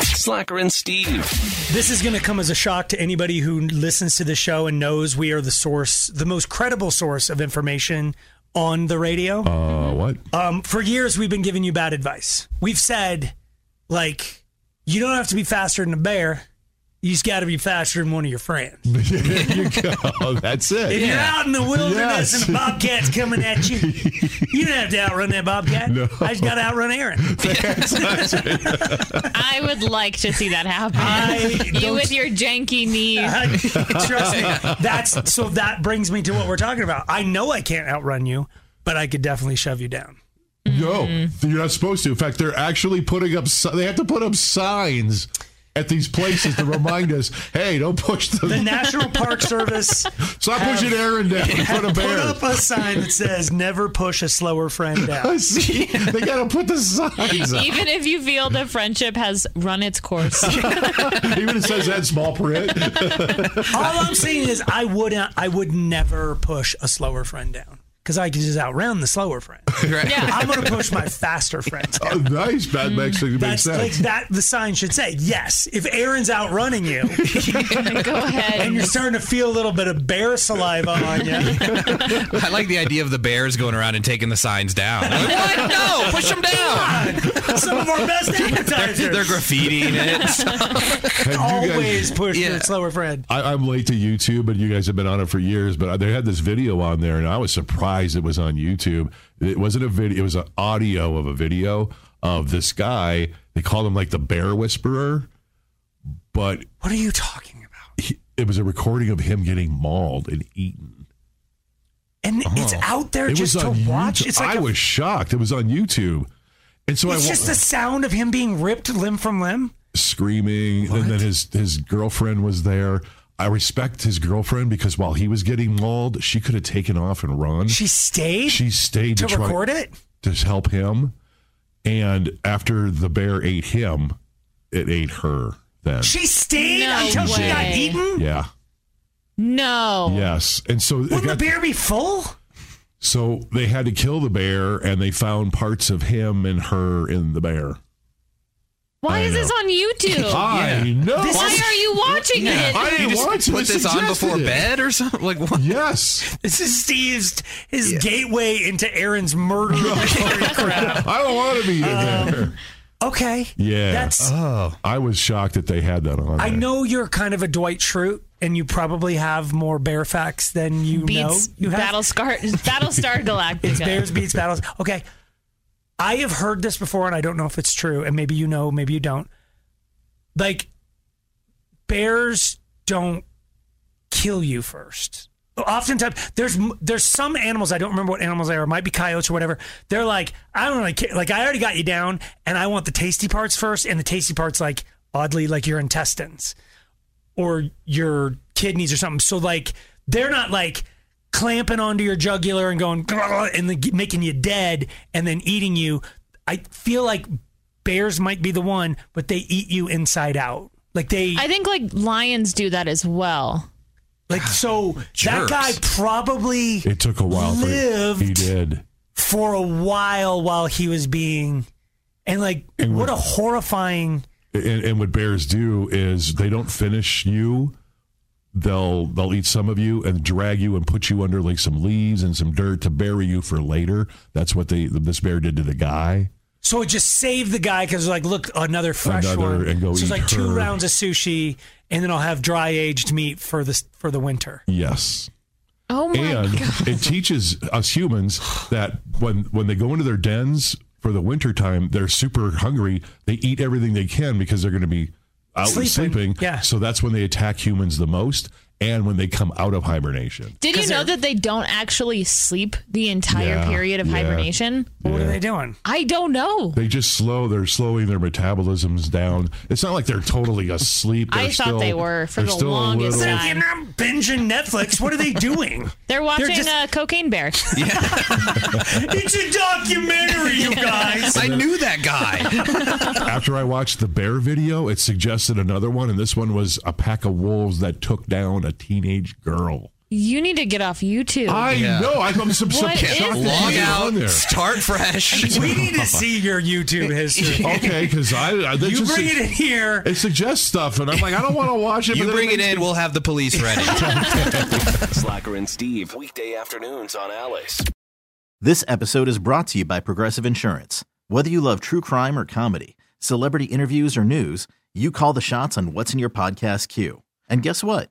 Slacker and Steve. This is going to come as a shock to anybody who listens to the show and knows we are the source, the most credible source of information on the radio. Uh, what? Um, for years, we've been giving you bad advice. We've said, like, you don't have to be faster than a bear. You just got to be faster than one of your friends. there you go. Oh, That's If it. you're out in the wilderness Yes. and a bobcat's coming at you, you don't have to outrun that bobcat. No. I just got to outrun Aaron. I would like to see that happen. I you don't- with your janky knees. I- Trust me. That's so that brings me to what we're talking about. I know I can't outrun you, but I could definitely shove you down. No, you're not supposed to. In fact, they're actually putting up. si- They have to put up signs at these places to remind us, "Hey, don't push The the. National Park Service Stop pushing Aaron down in front of put bears." up a sign that says "Never push a slower friend I down." see. They got to put the signs up. Even if you feel the friendship has run its course. Even it says that in small print. All I'm saying is, I wouldn't. I would never push a slower friend down because I could just outrun the slower friend. I'm going to push my faster friends down. Oh, nice. That makes, Mm-hmm. it makes That's like sense. that. The sign should say yes. If Aaron's outrunning you Go ahead. and you're starting to feel a little bit of bear saliva on you, I like the idea of the bears going around and taking the signs down. Like, what? No, push them down. some of our best They're, advertisers. they're graffitiing it. Have you guys- always push Yeah. your slower friend. I, I'm late to YouTube, but you guys have been on it for years. But they had this video on there, and I was surprised it was on YouTube. It wasn't a video; it was an audio of a video of this guy. They called him like the Bear Whisperer, but What are you talking about? he, it was a recording of him getting mauled and eaten. And it's out there Oh, it just was to on watch. YouTube. It's like I a- was shocked. It was on YouTube, and so it's I wa- Mm-hmm. just the sound of him being ripped limb from limb. screaming, and then his his girlfriend was there. I respect his girlfriend because while he was getting mauled, she could have taken off and run. She stayed She stayed to to try- record it. to help him. And after the bear ate him, it ate her then. She stayed No until she got way. eaten. yeah. no. Yes. And so it Wouldn't got- the bear be full? so they had to kill the bear and they found parts of him and her in the bear. I Why is this know. on YouTube? I know. This Why is- are you watching it? I You didn't just want to. put I this on suggested before it. bed or something. Like what? Yes. This is Steve's his gateway into Aaron's murder. I don't want to be in Uh, there. okay. Yeah. That's Oh, I was shocked that they had that on. I there. know you're kind of a Dwight Schrute and you probably have more bear facts than you Beats know. You have Battlestar, Battlestar Galactica. It's bears beats battles. Okay. I have heard this before and I don't know if it's true. And maybe you know, maybe you don't. Like, bears don't kill you first. Oftentimes, there's there's some animals I don't remember what animals they are. It might be coyotes or whatever. They're like, I don't really care. Like I already got you down, and I want the tasty parts first. And the tasty parts, like oddly, like your intestines or your kidneys or something. So like they're not like clamping onto your jugular and going "Grr," and then g- making you dead and then eating you. I feel like bears might be the one, but they eat you inside out. Like they I think like lions do that as well. like so that Jerks. guy probably It took a while. for- Lived. He did. for a while while he was being and like And what what- a horrifying and, and what bears do is they don't finish you. They'll they'll eat some of you and drag you and put you under like some leaves and some dirt to bury you for later. That's what they this bear did to the guy. so it just saved the guy because like look another fresh Another, one and go so it's eat like two her. rounds of sushi and then I'll have dry aged meat for this for the winter Yes. Oh my and god. it teaches us humans that when when they go into their dens for the winter time, they're super hungry. They eat everything they can because they're going to be out Sleeping. and sleeping. Yeah. So that's when they attack humans the most. and when they come out of hibernation. Did you know that they don't actually sleep the entire Yeah, period of yeah. hibernation? What are they doing? I don't know. They just slow. They're slowing their metabolisms down. It's not like they're totally asleep. I They're thought still- they were for they're the still a longest little- time. They're not binging Netflix. What are they doing? They're watching just- uh, Cocaine Bear. it's a documentary, you guys. I knew that guy. After I watched the bear video, it suggested another one, and this one was a pack of wolves that took down a teenage girl. you need to get off YouTube. I Yeah. know. I'm, I'm some, What shocked is this? that Log it's on out, there. start fresh. We need to see your YouTube history. Okay, because I, I that You just, bring it in here. It suggests stuff, and I'm like, I don't want to watch it. but You then bring it makes in, me- we'll have the police ready. Slacker and Steve, weekday afternoons on Alice. This episode is brought to you by Progressive Insurance. Whether you love true crime or comedy, celebrity interviews or news, you call the shots on what's in your podcast queue. And guess what?